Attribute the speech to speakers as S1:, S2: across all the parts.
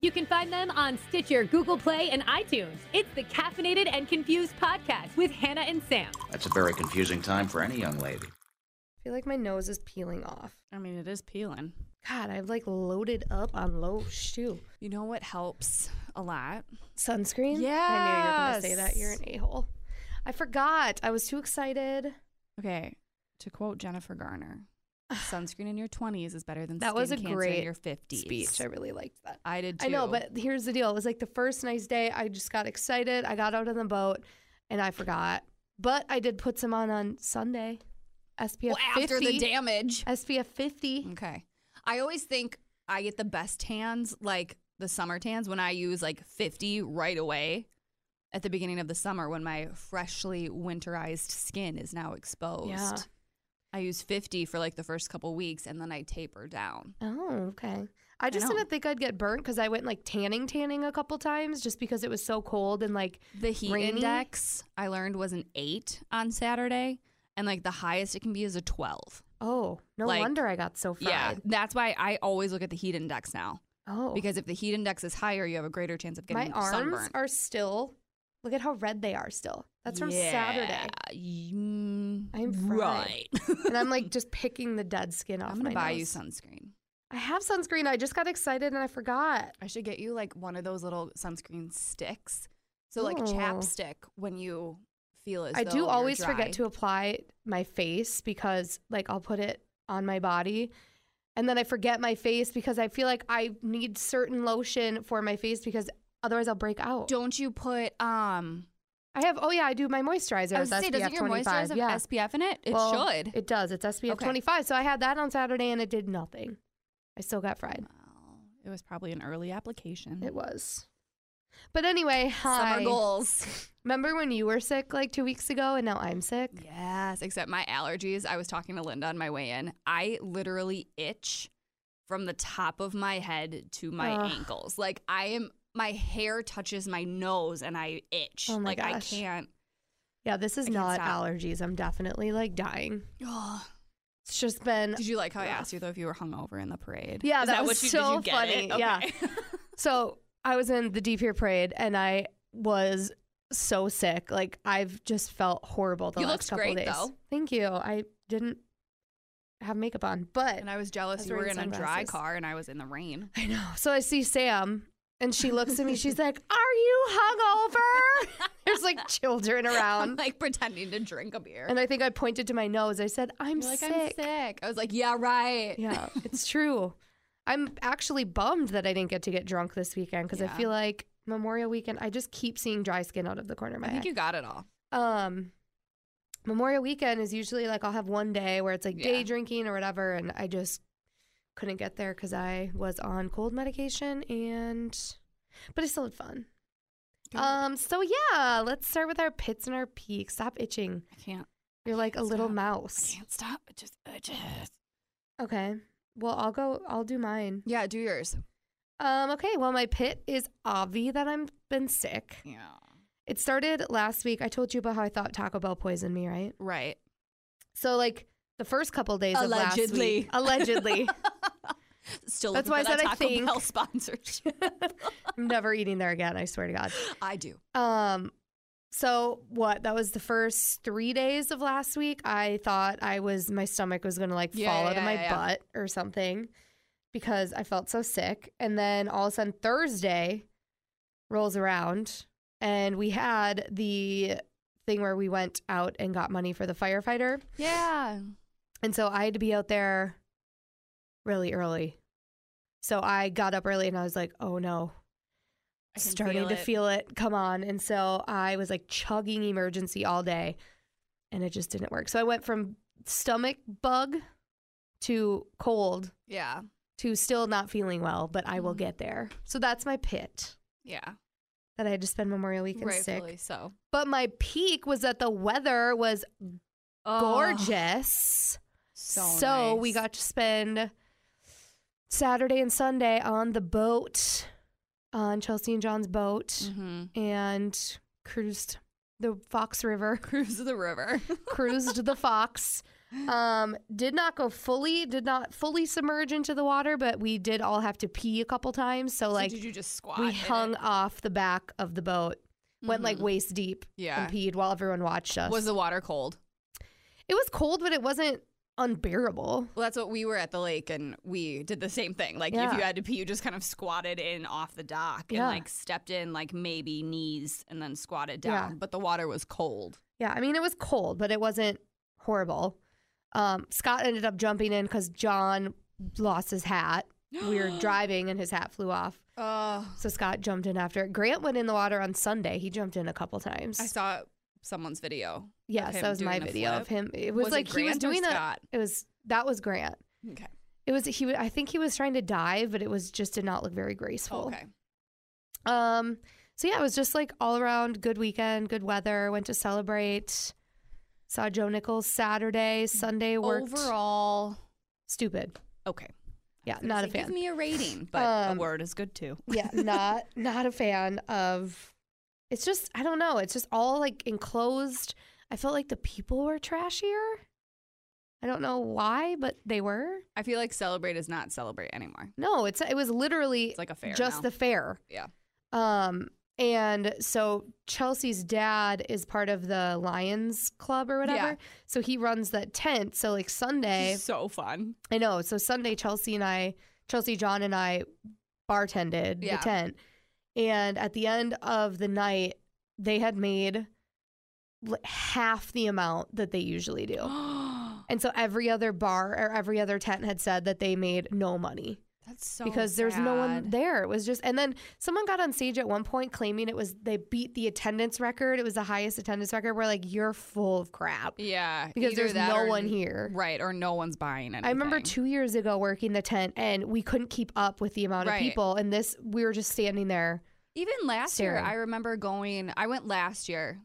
S1: You can find them on Stitcher, Google Play, and iTunes. It's the Caffeinated and Confused podcast with Hannah and Sam.
S2: That's a very confusing time for any young lady.
S3: I feel like my nose is peeling off.
S4: I mean, it is peeling.
S3: God, I've like loaded up on low shoe
S4: You know what helps a lot?
S3: sunscreen. I knew you were gonna say that.
S4: Yes.
S3: You're an a hole. I forgot. I was too excited.
S4: Okay, to quote Jennifer Garner, sunscreen in your 20s is better than
S3: That
S4: skin
S3: was a
S4: cancer
S3: great
S4: in your 50s.
S3: Speech. I really liked that.
S4: I did too.
S3: I know, but here's the deal. It was like the first nice day. I just got excited. I got out on the boat, and I forgot. But I did put some on on Sunday. SPF
S4: Well,
S3: 50.
S4: Oh, after the damage.
S3: SPF 50.
S4: Okay. I always think I get the best tans, like the summer tans, when I use like 50 right away at the beginning of the summer when my freshly winterized skin is now exposed.
S3: Yeah.
S4: I use 50 for like the first couple weeks and then I taper down.
S3: Oh, okay. I just
S4: know.
S3: didn't think I'd get burnt because I went like tanning, tanning a couple times just because it was so cold and like
S4: The heat
S3: Rainy?
S4: index I learned was an eight on Saturday, and like the highest it can be is a twelve.
S3: Oh, no
S4: Like,
S3: wonder I got so fried.
S4: that's why I always look at the heat index now
S3: Oh,
S4: because if the heat index is higher, you have a greater chance of
S3: my
S4: getting
S3: arms
S4: sunburn.
S3: are still. Look at how red they are still. That's from Saturday. I'm fried.
S4: Mm, right.
S3: And I'm like just picking the dead skin off
S4: I'm
S3: my
S4: gonna buy you
S3: nose.
S4: sunscreen.
S3: I have sunscreen. I just got excited and I forgot.
S4: I should get you like one of those little sunscreen sticks. So like
S3: Ooh.
S4: chapstick when you feel as
S3: Oh. I
S4: though
S3: do
S4: you're
S3: always
S4: dry.
S3: forget to apply my face because like I'll put it on my body and then I forget my face because I feel like I need certain lotion for my face because otherwise I'll break out.
S4: Don't you put um?
S3: I have oh yeah, I do my moisturizer
S4: I
S3: is
S4: was gonna say,
S3: SPF
S4: doesn't your
S3: 25.
S4: moisturizer have
S3: yeah.
S4: SPF in it? It
S3: Well,
S4: should.
S3: It does. It's SPF
S4: Okay.
S3: 25. So I had that on Saturday and it did nothing. I still got fried.
S4: Well, it was probably an early application.
S3: It was. But anyway,
S4: Mm. Summer
S3: hi.
S4: goals.
S3: Remember when you were sick like two weeks ago and now I'm sick?
S4: yes, except my allergies. I was talking to Linda on my way in. I literally itch from the top of my head to my
S3: Ugh.
S4: ankles. Like I am, my hair touches my nose and I itch.
S3: Oh my
S4: like I
S3: gosh.
S4: can't.
S3: Yeah, this is
S4: I can't
S3: not
S4: stop.
S3: allergies. I'm definitely like dying.
S4: Ugh.
S3: It's just been
S4: Did you like how I
S3: rough.
S4: asked you though if you were hungover in the parade?
S3: Yeah,
S4: Is
S3: that was
S4: what you,
S3: so
S4: did you get it?
S3: funny. Yeah.
S4: Okay.
S3: So I was in the Deep Here Parade and I was so sick. Like I've just felt horrible the
S4: You
S3: last
S4: looked
S3: couple
S4: great,
S3: days.
S4: though.
S3: Thank you. I didn't have makeup on, but
S4: and I was jealous
S3: was
S4: you were in
S3: wearing
S4: a dry
S3: sunglasses.
S4: car and I was in the rain.
S3: I know. So I see Sam and she looks at me. She's like, "Are you hungover?" There's like children
S4: I'm
S3: around.
S4: like pretending to drink a beer.
S3: Um, And I think I pointed to my nose. I said, "I'm
S4: You're like,
S3: sick."
S4: I'm sick. I was like, yeah, right.
S3: Yeah, it's true. I'm actually bummed that I didn't get to get drunk this weekend because I
S4: Yeah.
S3: feel like Memorial weekend, I just keep seeing dry skin out of the corner of my
S4: I
S3: eye.
S4: think you got it all.
S3: um Memorial weekend is usually like I'll have one day where it's like day
S4: Yeah.
S3: drinking or whatever and I just couldn't get there cuz I was on cold medication and but I still had fun.
S4: Good.
S3: Um so yeah, let's start with our pits and our peaks. Stop itching.
S4: I can't.
S3: You're like a little
S4: Stop.
S3: mouse.
S4: Can't stop. It just itches.
S3: Okay. Well, I'll go I'll do mine.
S4: Yeah, do yours.
S3: Um okay, well my pit is obvi that I'm been sick.
S4: Yeah.
S3: It started last week. I told you about how I thought Taco Bell poisoned me, right?
S4: Right.
S3: So like the first couple days of last week,
S4: Allegedly.
S3: allegedly,
S4: Still
S3: That's why
S4: looking for
S3: I
S4: that
S3: said I
S4: Taco
S3: think.
S4: Bell sponsorship.
S3: I'm never eating there again. I swear to God.
S4: I do.
S3: Um, so what? That was the first three days of last week. I thought I was my stomach was gonna like
S4: Yeah,
S3: fall out
S4: yeah,
S3: of my
S4: yeah, yeah.
S3: butt or something because I felt so sick. And then all of a sudden Thursday rolls around and we had the thing where we went out and got money for the firefighter.
S4: Yeah.
S3: And so I had to be out there really early. So I got up early and I was like, oh no, starting to feel it. Come on. And so I was like chugging emergency all day and it just didn't work. So I went from stomach bug to cold
S4: Yeah.
S3: to still not feeling well, but I will
S4: Mhm.
S3: get there. So that's my pit
S4: Yeah.
S3: that I had to spend Memorial Weekend
S4: Rightfully
S3: sick.
S4: so.
S3: But my peak was that the weather was gorgeous.
S4: Oh, So,
S3: we
S4: nice.
S3: got to spend Saturday and Sunday on the boat, on Chelsea and John's boat,
S4: Mhm.
S3: and cruised the Fox River,
S4: cruise the river.
S3: cruised the Fox. Um, did not go fully, did not fully submerge into the water, but we did all have to pee a couple times. So, like,
S4: so did you just squat? in
S3: we
S4: it? Mm-hmm.
S3: hung off the back of the boat, went like waist deep,
S4: Yeah.
S3: and peed while everyone watched us.
S4: Was the water cold?
S3: it was cold, but it wasn't unbearable.
S4: Well, that's what we were at the lake, and we did the same thing. Like
S3: Yeah.
S4: if you had to pee, you just kind of squatted in off the dock and
S3: Yeah.
S4: like stepped in like maybe knees, and then squatted
S3: Yeah.
S4: down. But the water was cold.
S3: Yeah, I mean, it was cold, but it wasn't horrible. Um, Scott ended up jumping in because John lost his hat. We were driving and his hat flew off.
S4: Oh,
S3: So Scott jumped in after it. Grant went in the water on Sunday. He jumped in a couple times.
S4: I saw someone's video.
S3: yes,
S4: him
S3: that was my
S4: doing the
S3: video
S4: flip.
S3: of him. It was,
S4: Was it
S3: like he was
S4: Grant or
S3: doing that.
S4: Scott?
S3: It was that was Grant.
S4: Okay.
S3: It was he. wa- I think he was trying to dive, but it was just did not look very graceful.
S4: Okay.
S3: Um. So yeah, it was just like all around good weekend, good weather. Went to celebrate. Saw Joe Nichols Saturday, Sunday worked.
S4: Overall,
S3: Stupid.
S4: okay.
S3: Yeah,
S4: I was gonna
S3: not a
S4: say, Give
S3: fan.
S4: me a rating, but
S3: Um,
S4: a word is good too.
S3: yeah, not not a fan of. It's just I don't know. It's just all like enclosed. I felt like the people were trashier. I don't know why, but they were.
S4: I feel like celebrate is not celebrate anymore.
S3: No, it's it was literally
S4: It's like a fair.
S3: just
S4: now.
S3: the fair.
S4: Yeah.
S3: Um, and so Chelsea's dad is part of the Lions Club or whatever.
S4: Yeah.
S3: So he runs that tent. So like Sunday,
S4: so fun.
S3: I know. So Sunday, Chelsea and I, Chelsea, John and I bartended
S4: Yeah.
S3: the tent. And at the end of the night, they had made l- half the amount that they usually do.
S4: That's
S3: And so every other bar or every other tent had said that they made no money
S4: so
S3: because there's no one
S4: sad.
S3: there. It was just, and then someone got on stage at one point claiming it was they beat the attendance record. It was the highest attendance record. We're like, you're full of crap
S4: Yeah,
S3: because
S4: either
S3: there's
S4: that
S3: no
S4: or-
S3: one here.
S4: Right, or no one's buying anything.
S3: I remember two years ago working the tent and we couldn't keep up with the amount of
S4: Right.
S3: people. And this, we were just standing there.
S4: Even last
S3: Staring.
S4: year, I remember going. I went last year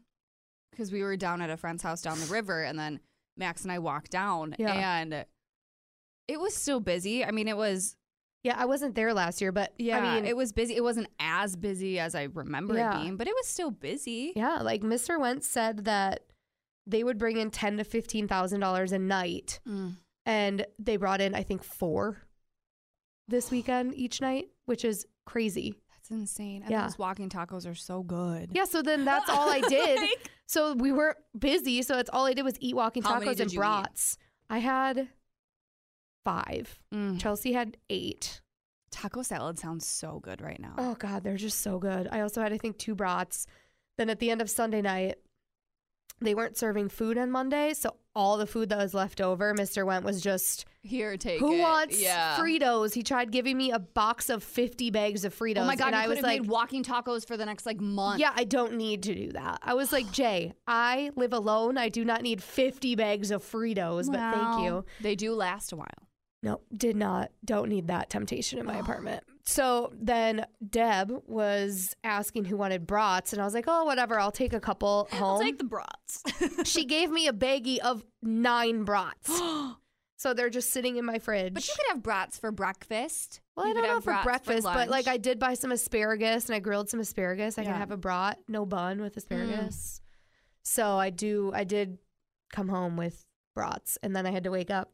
S4: because we were down at a friend's house down the river, and then Max and I walked down,
S3: Yeah.
S4: and it was still busy. I mean, it was.
S3: Yeah, I wasn't there last year, but
S4: Yeah,
S3: I mean,
S4: it was busy. It wasn't as busy as I remember
S3: Yeah.
S4: it being, but it was still busy.
S3: yeah, like Mr. Wentz said that they would bring in ten to fifteen thousand dollars a night,
S4: Mm.
S3: and they brought in I think four this weekend each night, which is crazy.
S4: That's insane. And
S3: Yeah.
S4: those walking tacos are so good.
S3: Yeah, so then that's all I did.
S4: Like-
S3: so we were busy, so that's all I did was eat walking
S4: How many
S3: tacos
S4: did
S3: and
S4: you eat?
S3: brats. I had five.
S4: Mm.
S3: Chelsea had eight.
S4: Taco salad sounds so good right now.
S3: Oh God, they're just so good. I also had I think two brats. Then at the end of Sunday night, they weren't serving food on Monday, so all the food that was left over, Mr. Went was just
S4: Here, take
S3: who
S4: it.
S3: wants
S4: yeah.
S3: Fritos? He tried giving me a box of fifty bags of Fritos.
S4: Oh my god!
S3: and
S4: you
S3: I was
S4: could've
S3: like,
S4: made walking tacos for the next like month.
S3: Yeah, I don't need to do that. I was like, Jay, I live alone. I do not need 50 bags of Fritos, but thank you.
S4: They do last a while.
S3: No, did not. Don't need that temptation in my apartment. So then Deb was asking who wanted brats, and I was like, oh, whatever. I'll take a couple home.
S4: the brats.
S3: she gave me a baggie of nine brats. so they're just sitting in my fridge.
S4: but you could have brats for breakfast.
S3: well, I
S4: You could
S3: don't know
S4: have
S3: for
S4: brats
S3: breakfast, but like I
S4: lunch. Mm.
S3: did buy some asparagus and I grilled some asparagus. I
S4: Yeah.
S3: can have a brat, no bun with asparagus. So I do. I did come home with brats, and then I had to wake up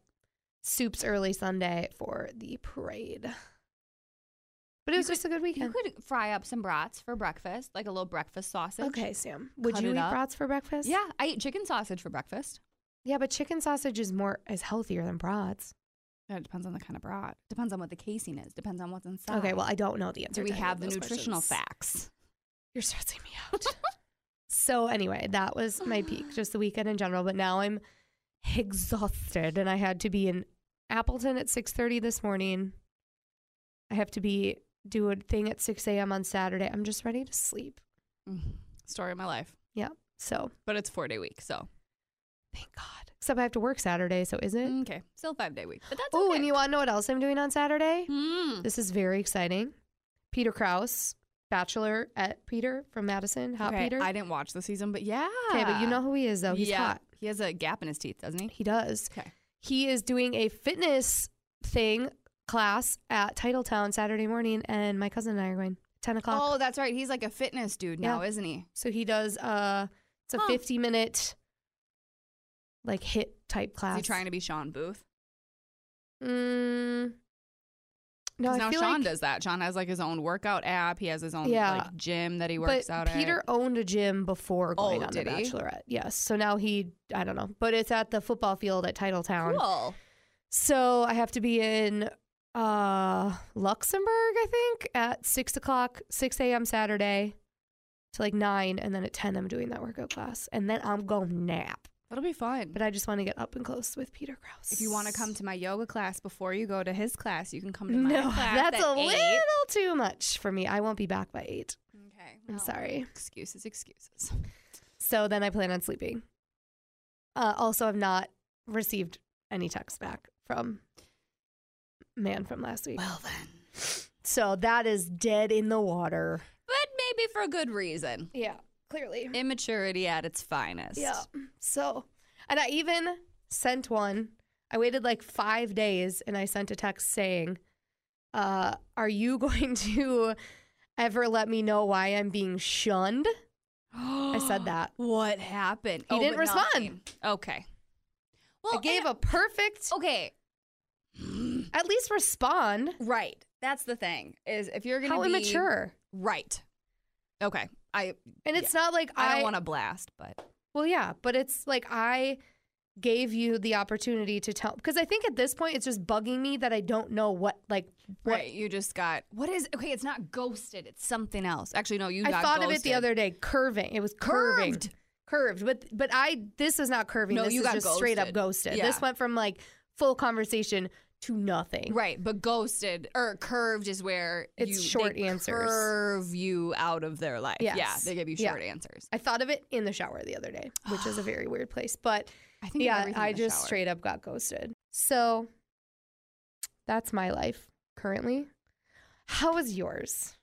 S3: soups early Sunday for the parade. But it
S4: You
S3: was just a good
S4: you
S3: weekend.
S4: could fry up some brats for breakfast, like a little breakfast sausage.
S3: Okay, Sam. Would
S4: Cut
S3: you
S4: it
S3: eat
S4: up.
S3: brats for breakfast?
S4: Yeah, I eat chicken sausage for breakfast.
S3: Yeah, but chicken sausage is more is healthier than brats.
S4: Yeah, it depends on the kind of brat. Depends on what the casing is. Depends on what's inside.
S3: Okay, well I don't know the answer.
S4: do we
S3: to any
S4: have
S3: of
S4: the
S3: those
S4: nutritional
S3: questions.
S4: facts?
S3: You're stressing me out. so anyway, that was my peak, just the weekend in general. But now I'm exhausted, and I had to be in Appleton at 6:30 this morning. I have to be do a thing at 6 a.m. on Saturday. I'm just ready to sleep.
S4: Mm, Story of my life.
S3: Yeah. So
S4: But it's four day week, so
S3: thank God. Except I have to work Saturday, so is it?
S4: okay, still five day week. But that's
S3: Oh,
S4: Mm, okay.
S3: and you want to know what else I'm doing on Saturday?
S4: Mm.
S3: This is very exciting. Peter Kraus, Bachelor at Peter from Madison, Hot
S4: okay,
S3: Peter.
S4: I didn't watch the season, but yeah.
S3: okay, but you know who he is though. He's
S4: yeah,
S3: hot.
S4: he has a gap in his teeth, doesn't he?
S3: He does.
S4: Okay.
S3: He is doing a fitness thing class at Titletown Saturday morning, and my cousin and I are going ten o'clock.
S4: Oh, that's right. He's like a fitness dude now, isn't he?
S3: So he does uh, it's a
S4: Huh.
S3: fifty minute like hit type class.
S4: Is he trying to be Sean Booth?
S3: Mm, no,
S4: 'Cause
S3: I
S4: now
S3: feel
S4: Sean
S3: like,
S4: does that. Sean has like his own workout app. He has his own
S3: Yeah.
S4: like gym that he works
S3: but
S4: out
S3: Peter
S4: at.
S3: owned a gym before going
S4: Oh,
S3: on The
S4: did he?
S3: Bachelorette. Yes. So now he, I don't know, but it's at the football field at Titletown.
S4: Cool.
S3: So I have to be in uh, Luxembourg, I think, at six o'clock, 6 a.m. Saturday to like nine. And then at 10, I'm doing that workout class. And then I'm going to nap.
S4: That'll be fun.
S3: But I just want to get up and close with Peter Krause.
S4: if you want to come to my yoga class before you go to his class, you can come to my
S3: no,
S4: class.
S3: that's
S4: at
S3: a
S4: eight.
S3: little too much for me. I won't be back by eight.
S4: Okay.
S3: I'm
S4: well,
S3: sorry.
S4: Excuses, excuses.
S3: So then I plan on sleeping. Uh, also, I've not received any text back from man from last week.
S4: Well then.
S3: So that is dead in the water.
S4: But maybe for a good reason.
S3: Yeah, clearly.
S4: Immaturity at its finest.
S3: Yeah. So, and I even sent one. I waited like five days and I sent a text saying, uh, Are you going to ever let me know why I'm being shunned?
S4: I
S3: said that.
S4: What happened? Oh,
S3: He didn't
S4: but
S3: respond.
S4: nothing. Okay. Well,
S3: I gave
S4: and- Oh.
S3: a perfect,
S4: Okay.
S3: at least respond.
S4: Right. That's the thing. Is if you're gonna
S3: How
S4: be
S3: immature.
S4: Right. Okay. I
S3: And it's not like
S4: I
S3: I,
S4: don't want to blast, but
S3: Well, yeah, but it's like I gave you the opportunity to tell because I think at this point it's just bugging me that I don't know what like what
S4: right. You just got what is okay? It's not ghosted. It's something else. Actually, no. You.
S3: I
S4: got
S3: thought of it the
S4: ghosted.
S3: other day. Curving. It was curving.
S4: Curved.
S3: Curved. But but I this is not curving.
S4: No,
S3: this
S4: you
S3: is
S4: got
S3: just straight up
S4: ghosted.
S3: ghosted.
S4: Yeah.
S3: This went from like full conversation to nothing.
S4: Right, but ghosted or curved is where
S3: It's
S4: you,
S3: short
S4: they
S3: answers.
S4: Curve you out of their life. Yeah,
S3: Yes.
S4: they give you
S3: Yeah.
S4: short answers.
S3: I thought of it in the shower the other day, which is a very weird place. But
S4: I think. of
S3: yeah,
S4: everything in
S3: I
S4: the
S3: just
S4: shower.
S3: straight up got ghosted. So that's my life currently. How is yours?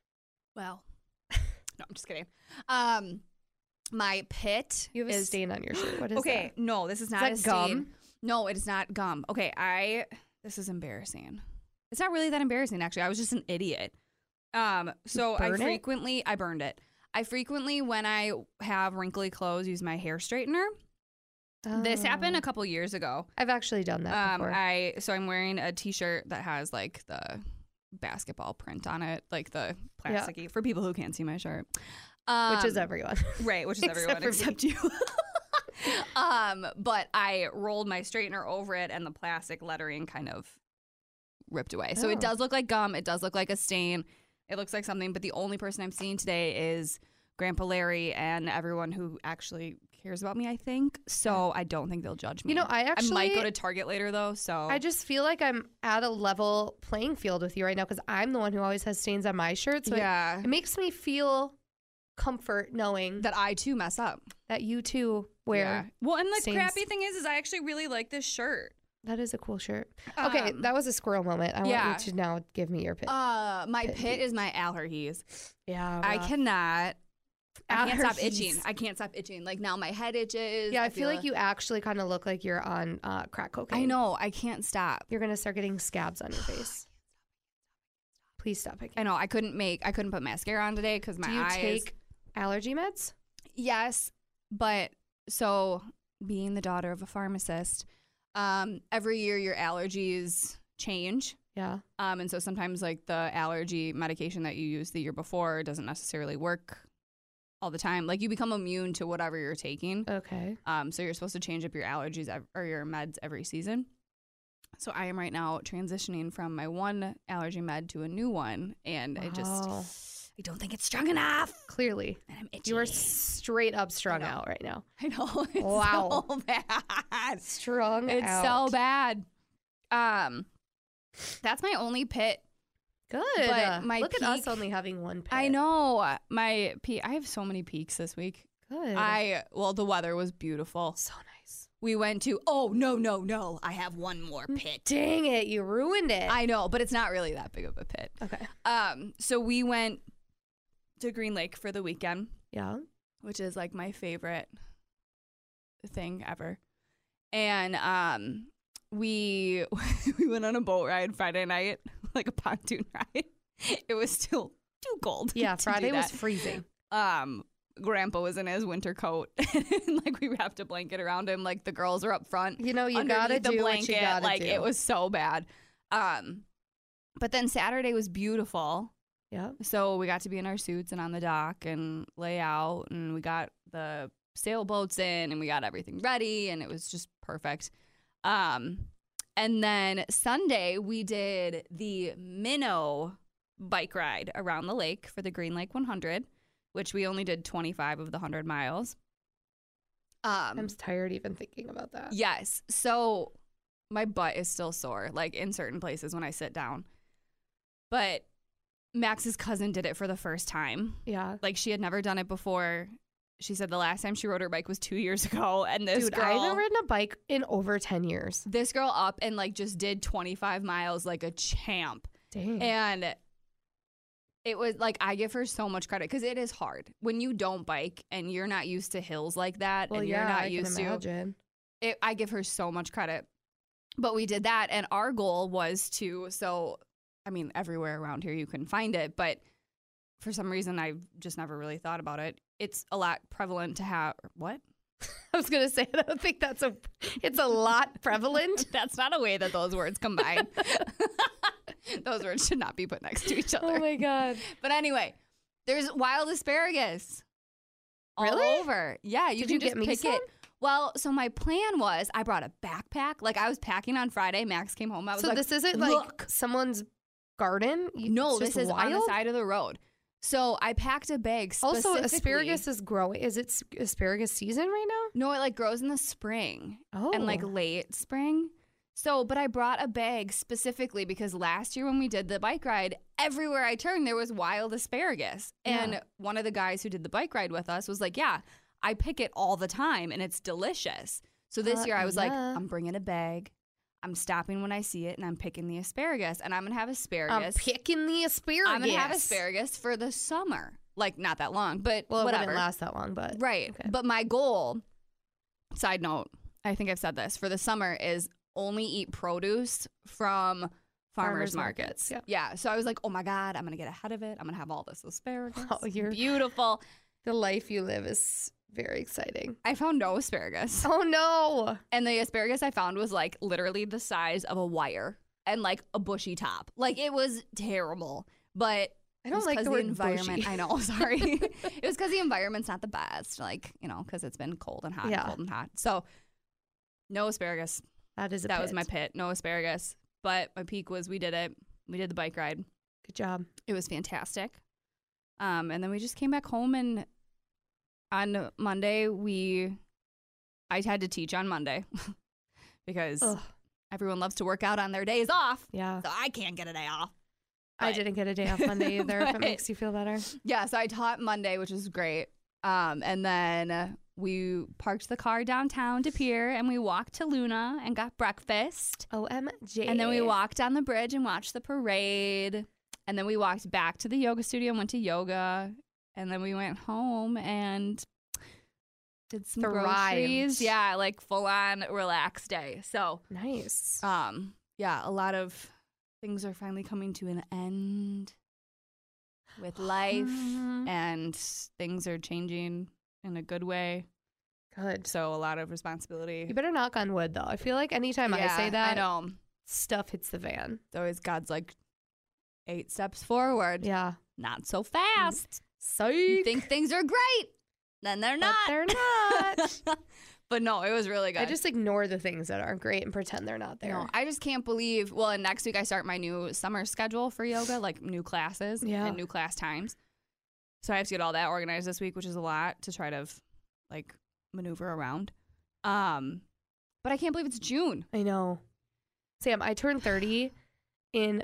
S4: Well, no, I'm just kidding. Um, my pit
S3: You have a
S4: is
S3: stain on your shirt. What is
S4: okay. No, this is not
S3: that
S4: a stain.
S3: gum?
S4: No, it is not gum. Okay, I this is embarrassing. It's not really that embarrassing actually. I was just an idiot. Um, so I
S3: burn it?
S4: frequently I burned it. I frequently when I have wrinkly clothes use my hair straightener.
S3: that?
S4: This happened
S3: Oh.
S4: a couple years ago.
S3: I've actually done that
S4: Um,
S3: before.
S4: I so I'm wearing a t-shirt that has like the basketball print on it, like the
S3: Yeah.
S4: plasticky for people who can't see my shirt. Um,
S3: which is everyone.
S4: Right, which is
S3: Except
S4: everyone
S3: for me.
S4: except you. um, but I rolled my straightener over it and the plastic lettering kind of ripped away. So
S3: Oh.
S4: it does look like gum, it does look like a stain. It looks like something, but the only person I'm seeing today is Grandpa Larry and everyone who actually cares about me, I think. So I don't think they'll judge me.
S3: You know, I
S4: I might go
S3: actually-
S4: to Target later though, so
S3: I just feel like I'm at a level playing field with you right now because I'm the one who always has stains on my shirt. So it-
S4: yeah.
S3: it, makes me feel comfort knowing that,
S4: that I too mess up.
S3: you too wear.
S4: Yeah. Well, and the
S3: stains.
S4: crappy thing is, is I actually really like this shirt.
S3: That is a cool shirt. Okay,
S4: Um,
S3: that was a squirrel moment. I
S4: yeah.
S3: want you to now give me your pick.
S4: Uh, my
S3: Pit
S4: pit
S3: peeve.
S4: is my allergies.
S3: yeah,
S4: I
S3: rough.
S4: cannot. I can't stop
S3: Uh,
S4: itching.
S3: Allergies.
S4: I can't stop itching. Like now, my head itches.
S3: Yeah, I feel like you actually kind of look like you're on uh, crack cocaine.
S4: I know. I can't stop.
S3: You're gonna start getting scabs on your face. Please stop picking.
S4: I know. I couldn't make. I couldn't put mascara on today because my
S3: Do you
S4: eyes.
S3: take allergy meds?
S4: yes, but so being the daughter of a pharmacist, um, every year your allergies change.
S3: Yeah.
S4: Um, and so sometimes like the allergy medication that you used the year before doesn't necessarily work all the time. Like you become immune to whatever you're taking.
S3: Okay.
S4: Um, so you're supposed to change up your allergies ev- or your meds every season. So I am right now transitioning from my one allergy med to a new one, and I
S3: Wow.
S4: just I don't think it's strong enough,
S3: Clearly,
S4: and I'm itchy.
S3: you are straight up strung
S4: know.
S3: out right now.
S4: I know. It's
S3: Wow.
S4: so bad.
S3: Strung
S4: It's
S3: out.
S4: so bad. Um, that's my only pit.
S3: Good.
S4: But
S3: Uh,
S4: my
S3: Look at us
S4: peak-
S3: only having one pick.
S4: I know my pe I have so many peaks this week.
S3: Good.
S4: I well, the weather was beautiful.
S3: so nice. Hmm.
S4: We went to oh no no no! I have one more pit.
S3: Dang it! You ruined it.
S4: I know, but it's not really that big of a pit.
S3: okay.
S4: Um, so we went to Green Lake for the weekend,
S3: Yeah.
S4: which is like my favorite thing ever. And um, we we went on a boat ride Friday night, like a pontoon ride. It was still too cold.
S3: Yeah.
S4: to do
S3: Friday was
S4: that.
S3: freezing.
S4: um, grandpa was in his winter coat and like we wrapped a blanket around him like the girls were up front
S3: You know, you
S4: underneath
S3: gotta
S4: the
S3: do
S4: blanket
S3: what you gotta
S4: like
S3: do.
S4: it was so bad um but then saturday was beautiful
S3: Yep.
S4: so we got to be in our suits and on the dock and lay out and we got the sailboats in and we got everything ready and it was just perfect um and then sunday we did the minnow bike ride around the lake for the green lake 100 which we only did 25 of the 100 miles um
S3: I'm tired even thinking about that.
S4: Yes. So my butt is still sore, like in certain places when I sit down. But Max's cousin did it for the first time.
S3: Yeah.
S4: Like she had never done it before. She said the last time she rode her bike was two years ago, and this
S3: Dude, I
S4: girl,
S3: haven't ridden a bike in over 10 years.
S4: this girl up and like just did 25 miles like a champ.
S3: Dang.
S4: And it was like I give her so much credit because it is hard when you don't bike and you're not used to hills like that,
S3: well,
S4: and
S3: yeah,
S4: you're not
S3: I
S4: used
S3: can
S4: to
S3: imagine.
S4: it, I give her so much credit. But we did that, and our goal was to. So, I mean, everywhere around here you can find it, but for some reason I've just never really thought about it. It's a lot prevalent to have what?
S3: I was gonna say I don't think that's a. It's a lot prevalent.
S4: That's not a way that those words combine. those words should not be put next to each other.
S3: my god.
S4: but anyway, there's wild asparagus.
S3: Really?
S4: All over. Yeah,
S3: Did
S4: you can
S3: you
S4: just
S3: get me
S4: pick
S3: some?
S4: it. Well, so my plan was I brought a backpack. Like I was packing on Friday. Max came home. I was
S3: So
S4: like,
S3: this isn't like
S4: "Look."
S3: someone's garden. You-
S4: No,
S3: it's
S4: this
S3: just
S4: is on the
S3: wild?
S4: side of the road. So I packed a bag.
S3: Also,
S4: specifically-
S3: asparagus is growing. Is it s- asparagus season right now?
S4: No, it like grows in the spring
S3: Oh,
S4: and like late spring. So, but I brought a bag specifically because last year when we did the bike ride, everywhere I turned there was wild asparagus. And one of the guys who did the bike ride with us was like, "Yeah, I pick it all the time and it's delicious." So this
S3: Uh,
S4: year I was like,
S3: yeah.
S4: "I'm bringing a bag. I'm stopping when I see it and I'm picking the asparagus and I'm going to have asparagus."
S3: I'm picking the asparagus.
S4: I'm gonna have asparagus for the summer. Like not that long, but
S3: Well, it
S4: whatever.
S3: wouldn't last that long, but
S4: right.
S3: Okay.
S4: But my goal, side note, I think I've said this for the summer is only eat produce from farmers,
S3: Farmers
S4: markets.
S3: markets,
S4: Yeah. So I was like, oh my god, I'm gonna get ahead of it. I'm gonna have all this asparagus.
S3: Wow, Oh, you're-
S4: beautiful.
S3: the life you live is very exciting.
S4: I found no asparagus,
S3: Oh no!
S4: and the asparagus I found was like literally the size of a wire and like a bushy top. Like it was terrible, but
S3: I
S4: It was
S3: don't like
S4: 'cause
S3: the word
S4: environment.
S3: bushy.
S4: I know. Sorry. it was because the environment's not the best. Like you know, because it's been cold and hot, and
S3: Yeah.
S4: cold and hot. So no asparagus.
S3: That is a
S4: that was my
S3: pit.
S4: pit. No asparagus. But my peak was we did it. We did the bike ride.
S3: good job.
S4: It was fantastic. Um, and then we just came back home and on Monday we, I had to teach on Monday because
S3: Ugh,
S4: everyone loves to work out on their days off.
S3: yeah,
S4: So I can't get a day off.
S3: I
S4: but-
S3: didn't get a day off Monday either. if
S4: but-
S3: it makes you feel better,
S4: Yeah, so I taught Monday, which was great. Um, and then we parked the car downtown to Pier and we walked to Luna and got breakfast.
S3: OMG.
S4: And then we walked on the bridge and watched the parade. And then we walked back to the yoga studio and went to yoga. And then we went home and did some
S3: Thrived.
S4: groceries. Yeah, like full on relax day. So,
S3: Nice.
S4: um, yeah, a lot of things are finally coming to an end with life
S3: Mhm.
S4: and things are changing in a good way.
S3: Good.
S4: So a lot of
S3: You
S4: responsibility.
S3: better knock on wood, though. I feel like anytime I say that,
S4: I know.
S3: stuff hits the fan.
S4: It's always God's like eight steps forward,
S3: Yeah.
S4: not so fast.
S3: So
S4: You think things are great, then they're
S3: But
S4: not.
S3: they're not.
S4: but no, it was really good.
S3: I just ignore the things that aren't great and pretend they're not there.
S4: No, I just can't believe. Well, and next week I start my new summer schedule for yoga, like new classes
S3: Yeah.
S4: and new class times. So I have to get all that organized this week, which is a lot to try to like maneuver around. Um, but I can't believe it's June.
S3: I know. Sam, I turned 30 in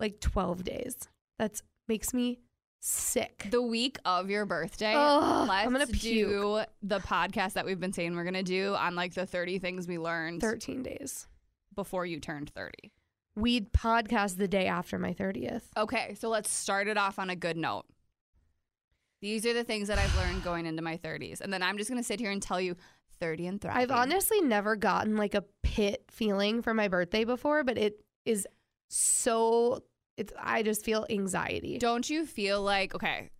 S3: like 12 days. That's makes me sick.
S4: The week of your birthday,
S3: Ugh,
S4: let's
S3: I'm gonna
S4: do the podcast that we've been saying we're gonna do on like the 30 things we learned
S3: 13 days.
S4: before you turned 30.
S3: We'd podcast the day after my 30th.
S4: Okay, so let's start it off on a good note. These are the things that I've learned going into my 30s. And then I'm just going to sit here and tell you 30 and thriving.
S3: I've honestly never gotten like a pit feeling for my birthday before, but it is so it's I just feel anxiety.
S4: Don't you feel like, okay,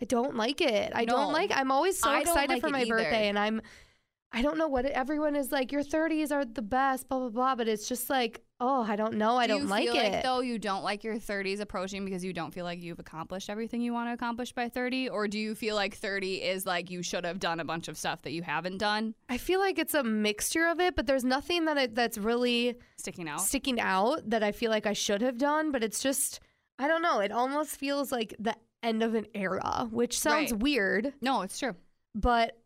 S3: I don't like it. I don't
S4: No.
S3: like. I'm always so
S4: I don't
S3: excited
S4: like
S3: for
S4: it
S3: my
S4: either.
S3: birthday, and I'm. I don't know what it, everyone is like. Your 30s are the best, blah blah blah. But it's just like, oh, I don't know. I
S4: Do
S3: don't
S4: you
S3: like
S4: feel
S3: it.
S4: Like, though you don't like your 30s approaching because you don't feel like you've accomplished everything you want to accomplish by 30, or do you feel like 30 is like you should have done a bunch of stuff that you haven't done,
S3: I feel like it's a mixture of it, but there's nothing that I, that's really
S4: sticking out?
S3: sticking out that I feel like I should have done. But it's just, I don't know. It almost feels like the end of an era, which sounds
S4: Right.
S3: weird.
S4: no, it's true.
S3: but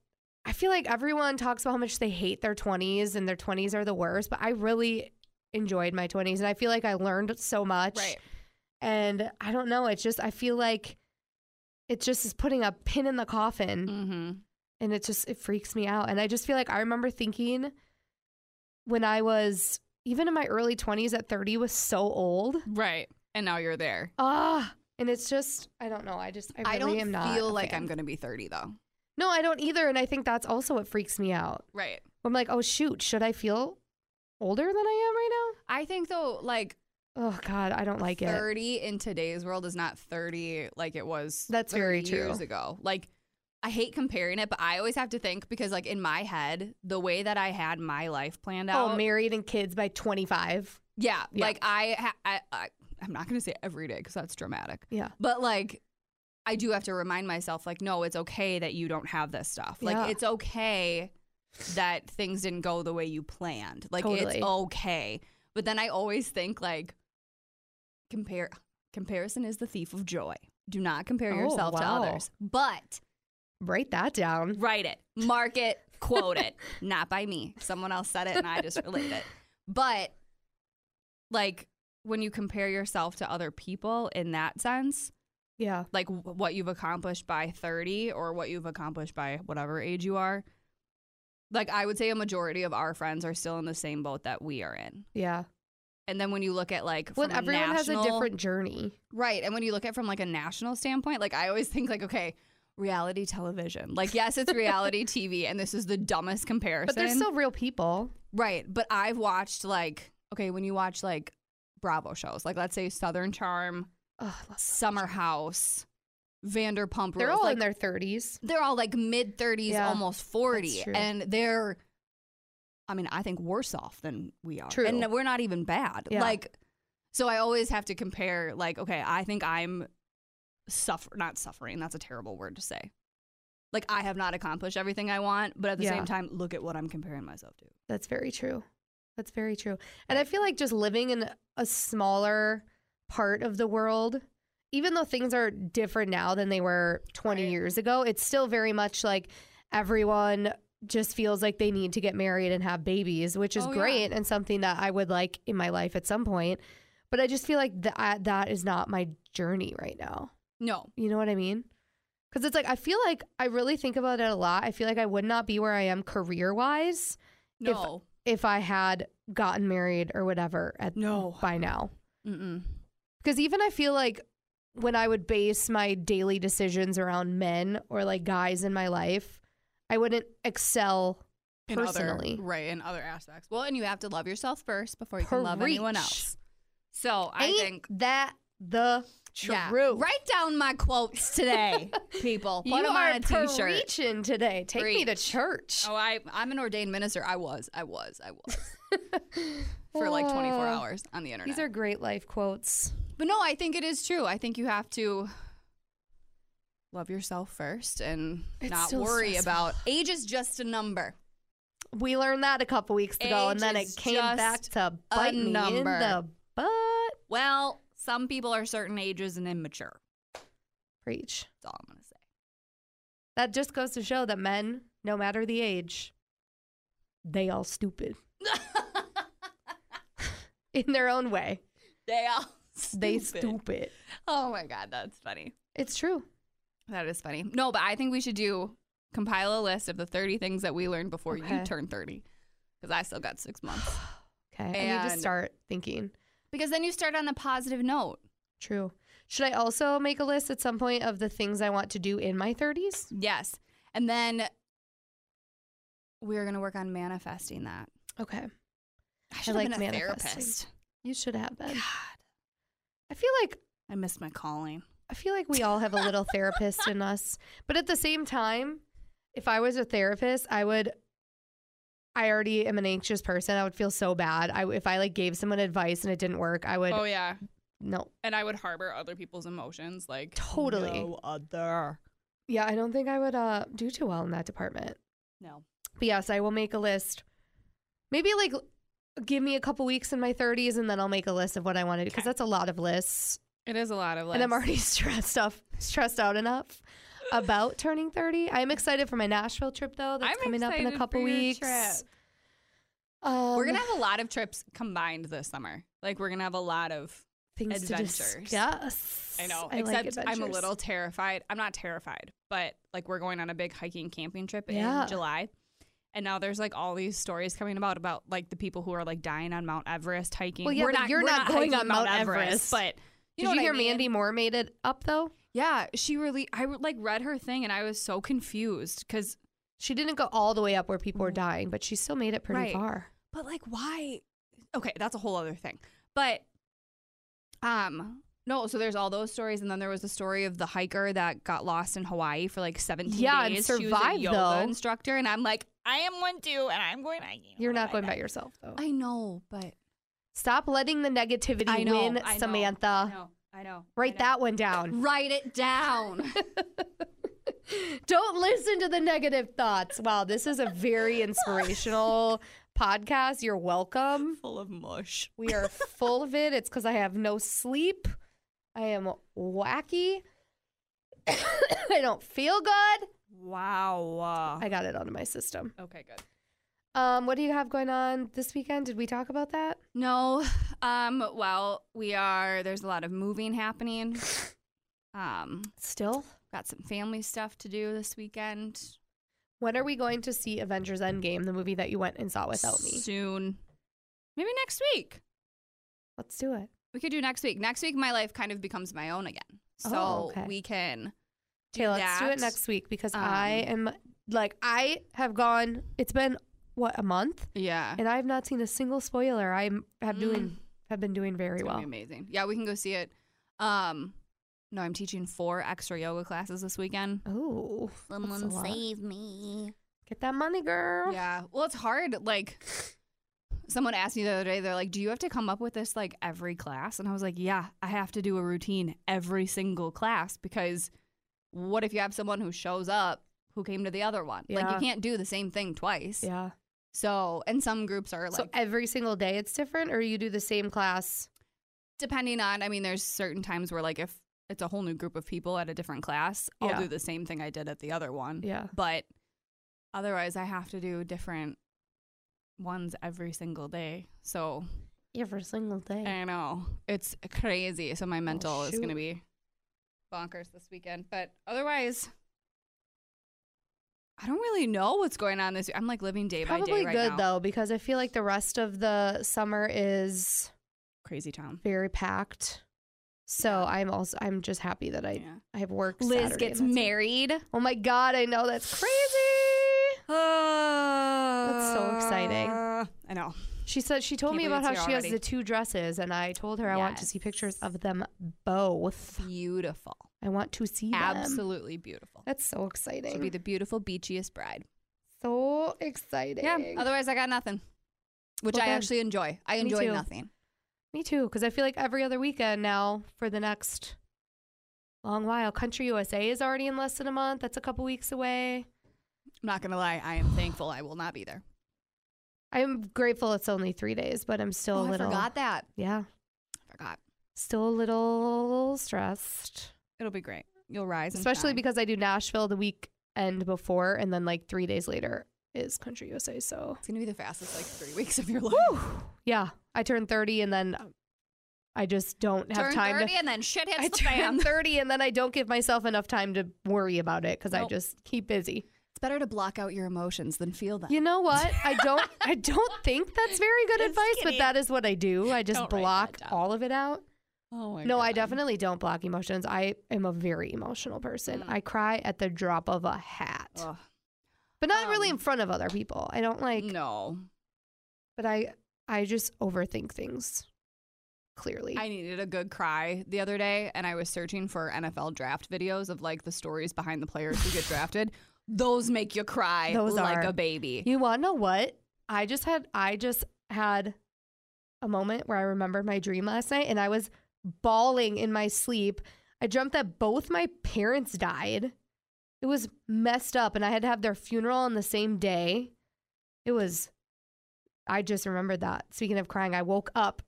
S3: I feel like everyone talks about how much they hate their 20s and their 20s are the worst, but I really enjoyed my 20s and I feel like I learned so much.
S4: Right.
S3: And I don't know, it's just I feel like it just is putting a pin in the coffin
S4: Mm-hmm.
S3: and it just it freaks me out. And I just feel like I remember thinking when I was even in my early 20s at 30 was so old.
S4: Right. And now you're there.
S3: Ah, and it's just I don't know. I just I really
S4: I don't
S3: am not
S4: feel
S3: a
S4: like
S3: fan.
S4: I'm going to be 30, though.
S3: No, I don't either and I think that's also what freaks me out.
S4: Right.
S3: I'm like, oh shoot, should I feel older than I am right
S4: I think, though, like
S3: now? Oh God, I don't like it.
S4: 30 in today's world is not 30 like it was
S3: That's very
S4: 30 years
S3: true.
S4: ago like i hate comparing it but i always have to think because like in my head the way that i had my life planned out
S3: Oh, married and kids by 25.
S4: yeah,
S3: Yeah.
S4: like I, ha- I, I i'm not gonna say every day because that's dramatic
S3: Yeah.
S4: but like i do have to remind myself like no it's okay that you don't have this stuff like
S3: Yeah.
S4: it's okay that things didn't go the way you planned like
S3: Totally.
S4: it's okay but then i always think like compare comparison is the thief of joy do not compare
S3: Oh,
S4: yourself to
S3: wow.
S4: others but
S3: Write that down.
S4: Write it, mark it, quote it. Not by me. Someone else said it and I just relayed it. But like when you compare yourself to other people in that sense,
S3: Yeah.
S4: like w- what you've accomplished by 30 or what you've accomplished by whatever age you are, like I would say a majority of our friends are still in the same boat that we are in.
S3: Yeah.
S4: And then when you look at like
S3: When
S4: from a
S3: everyone has a
S4: national-
S3: different journey.
S4: Right. And when you look at it from like a national standpoint, like I always think like, okay, reality television. Like, yes, it's reality TV and this is the dumbest comparison.
S3: But they're still real people.
S4: Right. But I've watched like okay, when you watch like Bravo shows, like let's say Southern Charm,
S3: Ugh, I love them.
S4: Summer House, Vanderpump Rules.
S3: they're all
S4: like,
S3: in their 30s.
S4: they're all like mid thirties,
S3: Yeah,
S4: almost forty.
S3: that's true.
S4: And they're I mean, I think worse off than we are.
S3: True.
S4: And we're not even bad.
S3: Yeah.
S4: Like so I always have to compare like, okay, I think I'm suffer not suffering, that's a terrible word to say. Like I have not accomplished everything I want, but at the
S3: Yeah.
S4: same time, look at what I'm comparing myself to.
S3: That's very true. That's very true. And I feel like just living in a smaller part of the world, even though things are different now than they were 20
S4: Right.
S3: years ago, it's still very much like everyone just feels like they need to get married and have babies, which is
S4: Oh, yeah.
S3: great and something that I would like in my life at some point. But I just feel like that that is not my journey right now.
S4: No.
S3: You know what I mean? Because it's like, I feel like I really think about it a lot. I feel like I would not be where I am career wise If-
S4: No.
S3: if I had gotten married or whatever at
S4: No.
S3: by now.
S4: Mm-mm.
S3: Because even I feel like when I would base my daily decisions around men or like guys in my life, I wouldn't excel
S4: In other-
S3: personally.
S4: right, in other aspects. Well, and you have to love yourself first before you can love anyone
S3: Preach.
S4: else. So I
S3: Ain't
S4: think
S3: that the truth?
S4: Yeah. Write down my quotes today, people. Put
S3: you
S4: them
S3: are
S4: on a t-shirt.
S3: preaching today. Take me to
S4: Preach.
S3: church.
S4: Oh, I I'm an ordained minister. I was. I was. I was. For like 24
S3: Oh.
S4: hours on the internet.
S3: These are great life quotes.
S4: but no, I think it is true. I think you have to love yourself first and
S3: It's
S4: not
S3: so
S4: worry
S3: stressful.
S4: about age is just a number.
S3: We learned that a couple weeks ago, and
S4: Age
S3: then it
S4: is
S3: came back
S4: just
S3: to bite me in
S4: number.
S3: the butt.
S4: Well, some people are certain ages and immature.
S3: Preach.
S4: That's all I'm gonna say.
S3: That just goes to show that men, no matter the age, they all stupid in their own way.
S4: They all stupid.
S3: They stupid.
S4: Oh my god, that's funny.
S3: It's true.
S4: That is funny. No, but I think we should do compile a list of the 30 things that we learned before
S3: Okay.
S4: you turn 30 because I still got six months.
S3: Okay. I need to
S4: And-
S3: start thinking.
S4: Because then you start on a positive note.
S3: True. Should I also make a list at some point of the things I want to do in my 30s?
S4: Yes. And then we're going to work on manifesting that.
S3: Okay.
S4: I should
S3: like
S4: have been a
S3: manifesting.
S4: therapist.
S3: You should have been.
S4: God,
S3: I feel like
S4: I missed my calling.
S3: I feel like we all have a little therapist in us. But at the same time, if I was a therapist, I would I already am an anxious person. I would feel so bad. I if I like gave someone advice and it didn't work, I would
S4: oh yeah,
S3: no.
S4: and I would harbor other people's emotions like
S3: Totally.
S4: no other.
S3: Yeah, I don't think I would uh do too well in that department.
S5: No.
S3: But yes, I will make a list. Maybe like give me a couple weeks in my 30s and then I'll make a list of what I want to do because
S4: Okay.
S3: that's a lot of lists.
S4: It is a lot of like.
S3: And I'm already stressed off, stressed out enough about turning 30. I'm excited for my Nashville trip though. That's
S4: I'm
S3: coming up in
S4: excited
S3: a
S4: for
S3: couple
S4: your
S3: weeks.
S4: trip.
S3: Um,
S5: we're gonna have a lot of trips combined this summer. Like we're gonna have a lot of.
S3: things
S4: adventures.
S3: to discuss.
S4: I know.
S3: like
S4: except I'm a
S3: adventures.
S4: little terrified. I'm not terrified, but like we're going on a big hiking camping trip
S3: Yeah.
S4: in July. And now there's like all these stories coming about about like the people who are like dying on Mount Everest hiking.
S3: Well, yeah,
S4: we're
S3: but you're
S4: we're
S3: not going
S4: hiking
S3: on Mount Everest.
S4: but
S3: Did
S4: you know what I
S3: hear
S4: mean?
S3: Mandy Moore made it up though?
S4: Yeah, she really. I like read her thing, and I was so confused because,
S3: She didn't go all the way up where people were dying, but she still made it pretty
S4: Mm-hmm. Right.
S3: far.
S4: but like, why? Okay, that's a whole other thing. But, um, no. So there's all those stories, and then there was the story of the hiker that got lost in Hawaii for like 17
S3: Yeah, and
S4: days. she was
S3: survived,
S4: a yoga
S3: though.
S4: instructor, and I'm like, I am one too, and I'm going hiking.
S3: You're not
S4: Like
S3: going by
S4: that.
S3: yourself though.
S4: I know, but
S3: Stop letting the negativity
S4: I know,
S3: win,
S4: I know,
S3: Samantha.
S4: I know, I know.
S3: Write that one down.
S5: Write it down.
S3: Don't listen to the negative thoughts. Wow, this is a very inspirational podcast. You're welcome.
S4: full of mush.
S3: We are full of it. It's because I have no sleep. I am wacky. I don't feel good.
S4: Wow.
S3: I got it out of my system.
S4: okay, good.
S3: Um, what do you have going on this weekend? Did we talk about that?
S4: No. Um, well, we are there's a lot of moving happening. Um,
S3: Still.
S4: got some family stuff to do this weekend.
S3: When are we going to see Avengers Endgame, the movie that you went and saw without me?
S4: Soon. Maybe next week.
S3: Let's do it.
S4: We could do next week. Next week my life kind of becomes my own again. So
S3: Oh, okay.
S4: we can
S3: Okay, let's do
S4: that. um,
S3: it next week because I am like I have gone. It's been what a month,
S4: Yeah. Mm,
S3: and I have not seen a single spoiler. I have doing have been doing very
S4: It's
S3: well.
S4: gonna be amazing. Yeah, we can go see it. Um no, I'm teaching four extra yoga classes this weekend.
S3: Oh,
S5: Someone
S3: lot.
S5: save me.
S3: get that money, girl.
S4: Yeah. Well, it's hard. Like, someone asked me the other day, they're like, Do you have to come up with this like every class? And I was like, Yeah, I have to do a routine every single class because what if you have someone who shows up who came to the other one? Like,
S3: Yeah.
S4: you can't do the same thing twice.
S3: Yeah.
S4: So, and some groups are like,
S3: so every single day it's different, or you do the same class.
S4: depending on, I mean, there's certain times where like if it's a whole new group of people at a different class,
S3: Yeah.
S4: I'll do the same thing I did at the other one.
S3: Yeah.
S4: But otherwise, I have to do different ones every single day. So,
S3: Every single day.
S4: I know. It's crazy. So my mental is going
S3: Oh, shoot.
S4: to be bonkers this weekend. But otherwise, I don't really know what's going on this year. I'm like living day by
S3: Probably
S4: day right
S3: good
S4: now.
S3: though, because I feel like the rest of the summer is
S4: Crazy town.
S3: very packed. So I'm also I'm just happy that I
S4: Yeah.
S3: I have work.
S4: Liz
S3: Saturday
S4: gets
S3: and that's it.
S4: married.
S3: Oh my god, I know that's crazy.
S4: That's
S3: so exciting.
S4: I know.
S3: She said she told
S4: Can't
S3: me about
S4: believe
S3: how
S4: it's here
S3: she has
S4: already.
S3: the two dresses, and I told her I want to see pictures of them both.
S4: Beautiful.
S3: I want to see them.
S4: Absolutely beautiful.
S3: That's so
S4: She'll be
S3: exciting.
S4: the beautiful, beachiest bride.
S3: So exciting.
S4: Yeah. Otherwise, I got nothing, which
S3: Well,
S4: I
S3: good.
S4: actually enjoy. I
S3: Me
S4: enjoy
S3: too.
S4: nothing.
S3: Me too, because I feel like every other weekend now for the next long while. Country USA is already in less than a month. That's a couple weeks away.
S4: I'm not going to lie. I am thankful I will not be there.
S3: I'm grateful it's only three days, but I'm still
S4: oh,
S3: a little.
S4: I forgot that.
S3: Yeah,
S4: I forgot.
S3: still a little stressed,
S4: It'll be great. You'll rise,
S3: especially because I do Nashville the weekend before, and then like three days later is Country USA. So
S4: it's gonna be the fastest like three weeks of your life.
S3: yeah, I turn thirty, and then I just don't have
S4: Turn
S3: time to.
S4: thirty and then shit hits
S3: I
S4: the
S3: turn
S4: fan.
S3: thirty, and then I don't give myself enough time to worry about it because I
S4: Nope.
S3: just keep busy.
S4: It's better to block out your emotions than feel them.
S3: You know what? I don't I don't think that's very good
S4: Just
S3: advice, but
S4: kidding.
S3: that is what I do. I just
S4: Don't write
S3: block
S4: that down.
S3: all of it out.
S4: oh my
S3: no, I definitely don't block emotions. I am a very emotional person. I cry at the drop of a hat.
S4: Mm. Ugh.
S3: But not really in
S4: Um,
S3: front of other people. I don't like
S4: no.
S3: but I I just overthink things. clearly.
S4: I needed a good cry the other day, and I was searching for NFL draft videos of like the stories behind the players who get drafted. Those make you cry
S3: Those
S4: like
S3: are.
S4: a baby.
S3: You want to know what? I just had I just had a moment where I remembered my dream last night and I was bawling in my sleep. I dreamt that both my parents died. It was messed up and I had to have their funeral on the same day. It was I just remembered that. Speaking of crying, I woke up.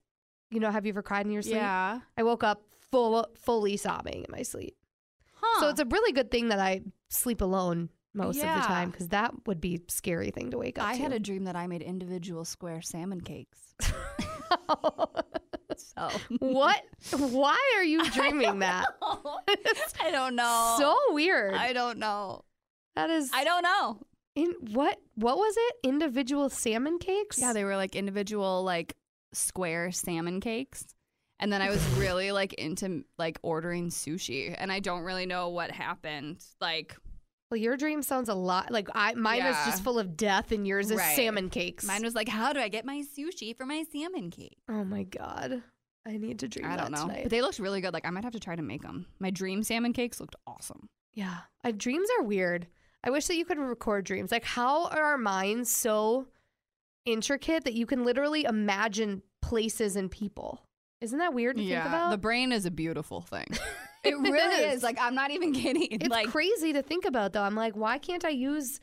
S3: You know, have you ever cried in your sleep?
S4: yeah.
S3: I woke up full fully sobbing in my sleep.
S4: Huh.
S3: So it's a really good thing that I sleep alone most of
S4: Yeah.
S3: the time because that would be a scary thing to wake up
S4: I
S3: to.
S4: had a dream that I made individual square salmon cakes. So
S3: what? Why are you dreaming that?
S4: I don't know.
S3: so weird.
S4: I don't know.
S3: that is.
S4: I don't know.
S3: in, what? What was it? Individual salmon cakes?
S4: Yeah, they were like individual like square salmon cakes. And then I was really like into like ordering sushi and I don't really know what happened. Like
S3: well, your dream sounds a lot like I. Mine is
S4: Yeah.
S3: just full of death, and yours is
S4: Right.
S3: salmon cakes.
S4: mine was like, how do I get my sushi for my salmon cake?
S3: oh my god. I need to dream
S4: I don't
S3: that
S4: know.
S3: tonight.
S4: But they looked really good. Like I might have to try to make them. My dream salmon cakes looked awesome.
S3: Yeah. Uh, dreams are weird. I wish that you could record dreams. Like, how are our minds so intricate that you can literally imagine places and people? Isn't that weird to think about?
S4: the brain is a beautiful thing. it really
S3: is.
S4: is. Like I'm not even kidding.
S3: it's
S4: like
S3: crazy to think about, though. I'm like, why can't I use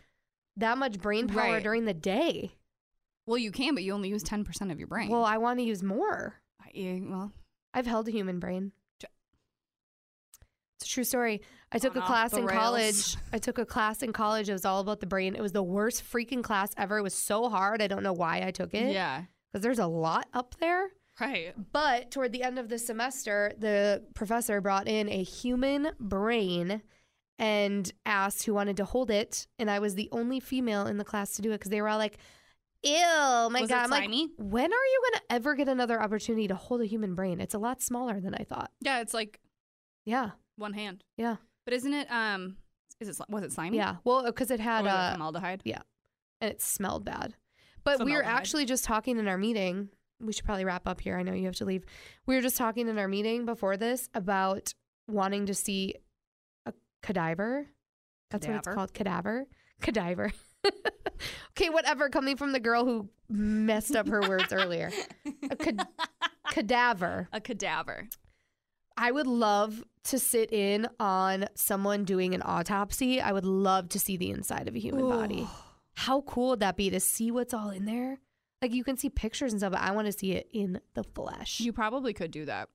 S3: that much brain power
S4: Right.
S3: during the day?
S4: well, you can, but you only use 10% of your brain.
S3: Well, I want to use more.
S4: I- yeah, well,
S3: I've held a human brain. It's a true story. I took
S4: Gone
S3: a
S4: off
S3: class
S4: the
S3: in
S4: rails.
S3: college. I took a class in college. It was all about the brain. It was the worst freaking class ever. It was so hard. I don't know why I took it.
S4: yeah.
S3: because there's a lot up there.
S4: Right.
S3: But toward the end of the semester, the professor brought in a human brain and asked who wanted to hold it. And I was the only female in the class to do it because they were all like, ew, my
S4: Was it
S3: God. I'm like,
S4: slimy?
S3: when are you going to ever get another opportunity to hold a human brain? It's a lot smaller than I thought.
S4: Yeah, it's like
S3: Yeah.
S4: one hand.
S3: Yeah.
S4: But isn't it um is it sli- was it slimy?
S3: Yeah. Well, because it
S4: Or
S3: had
S4: was
S3: uh,
S4: it formaldehyde?
S3: and it smelled bad. But we were
S4: Formaldehyde.
S3: actually just talking in our meeting. We should probably wrap up here. I know you have to leave. We were just talking in our meeting before this about wanting to see a cadaver. That's what it's
S4: Cadaver.
S3: called. Cadaver. Cadaver. okay, whatever. Coming from the girl who messed up her words earlier. A cad- cadaver.
S4: A cadaver.
S3: I would love to sit in on someone doing an autopsy. I would love to see the inside of a human body. How cool would that be to see what's all in there? Like you can see pictures and stuff, but I want to see it in the flesh.
S4: You probably could do that.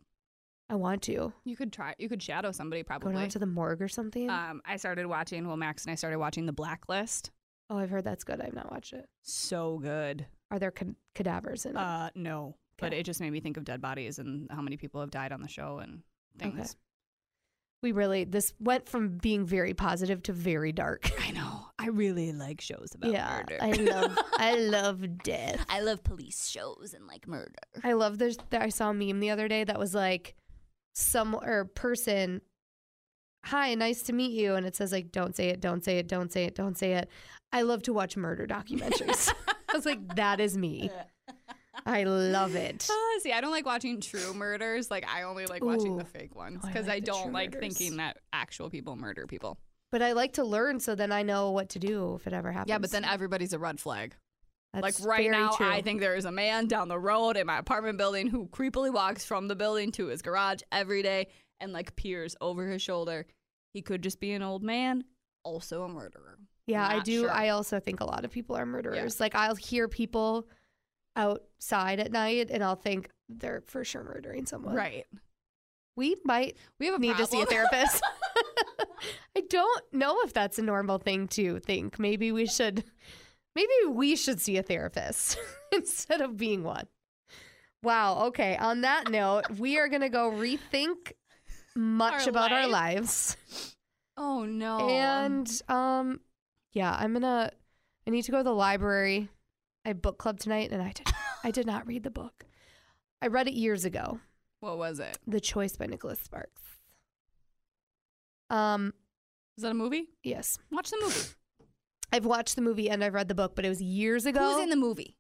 S3: I want to
S4: You could try you could shadow somebody
S3: go
S4: probably.
S3: down to the morgue or something.
S4: um I started watching well Max and I started watching The Blacklist.
S3: oh, I've heard that's good. I've not watched it.
S4: So good.
S3: Are there ca- cadavers in it?
S4: Uh no. But
S3: Okay.
S4: it just made me think of dead bodies and how many people have died on the show and things.
S3: we really this went from being very positive to very dark.
S4: I know. I really like shows about
S3: yeah,
S4: murder.
S3: I love I love death.
S6: I love police shows and like murder.
S3: I love this. That I saw a meme the other day that was like, some or person, hi, nice to meet you, and it says like, don't say it, don't say it, don't say it, don't say it. I love to watch murder documentaries. I was like, that is me. I love it.
S4: Ah, see, I don't like watching true murders. Like I only like watching the
S3: Ooh.
S4: fake ones
S3: Oh, I
S4: because
S3: like
S4: I,
S3: the true
S4: don't like
S3: murders.
S4: thinking that actual people murder people.
S3: But I like to learn, so then I know what to do if it ever happens.
S4: Yeah, but then everybody's a red flag.
S3: That's
S4: like
S3: very
S4: right now,
S3: true.
S4: I think there is a man down the road in my apartment building who creepily walks from the building to his garage every day and like peers over his shoulder. He could just be an old man, also a murderer.
S3: Yeah, I
S4: Not
S3: do.
S4: sure.
S3: I also think a lot of people are murderers. Like I'll hear people outside at night, and I'll think they're for sure murdering someone.
S4: Right.
S3: We might
S4: We have a
S3: need to see a
S4: problem.
S3: therapist. I don't know if that's a normal thing to think. Maybe we should maybe we should see a therapist instead of being one. Wow, okay. On that note, we are going to go rethink much
S4: Our
S3: about our
S4: life.
S3: lives.
S4: oh no.
S3: And um yeah, I'm going to I need to go to the library. I have book club tonight and I did I did not read the book. I read it years ago.
S4: what was it?
S3: The Choice by Nicholas Sparks. Um,
S4: Is that a movie?
S3: yes.
S4: Watch the movie.
S3: I've watched the movie and I've read the book, but it was years ago.
S4: Who's in the movie?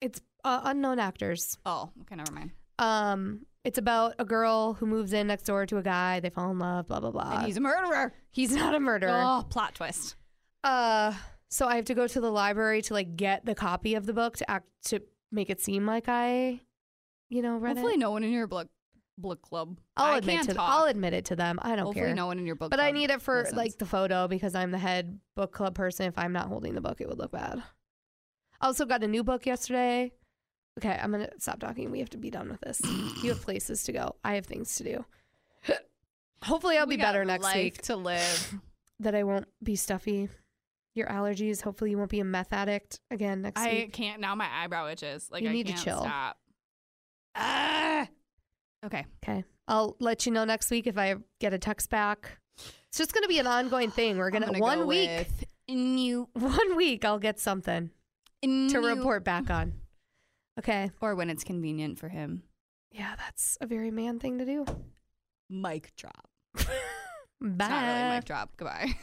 S3: it's uh, unknown actors.
S4: Oh, okay, never mind.
S3: Um, It's about a girl who moves in next door to a guy. They fall in love. Blah blah blah.
S4: and he's a murderer.
S3: he's not a murderer.
S4: Oh, plot twist.
S3: Uh, so I have to go to the library to like get the copy of the book to act to make it seem like I, you know, read
S4: Hopefully,
S3: it.
S4: no one in your book book club.
S3: I'll
S4: I
S3: admit
S4: can't
S3: to
S4: talk.
S3: I'll admit it to them. I don't
S4: Hopefully,
S3: care.
S4: no one in your book.
S3: but I
S4: club
S3: need it for
S4: listens.
S3: like the photo because I'm the head book club person. If I'm not holding the book, it would look bad. I also got a new book yesterday. Okay, I'm gonna stop talking. We have to be done with this. you have places to go. I have things to do. Hopefully, I'll
S4: We
S3: be
S4: got
S3: better next
S4: life
S3: week.
S4: to live.
S3: that I won't be stuffy. Your allergies. Hopefully, you won't be a meth addict again next
S4: I
S3: week.
S4: can't now. My eyebrow itches. Like
S3: You
S4: I
S3: need to
S4: can't
S3: chill.
S4: Stop. Ah! Okay.
S3: Okay, I'll let you know next week if I get a text back. It's just gonna be an ongoing thing. We're gonna,
S4: I'm gonna
S3: one
S4: go
S3: week,
S4: with new,
S3: one week. I'll get something to
S4: new-
S3: report back on. Okay.
S4: or when it's convenient for him.
S3: Yeah, that's a very man thing to do.
S4: Mic drop.
S3: Bye.
S4: It's not really mic drop. Goodbye.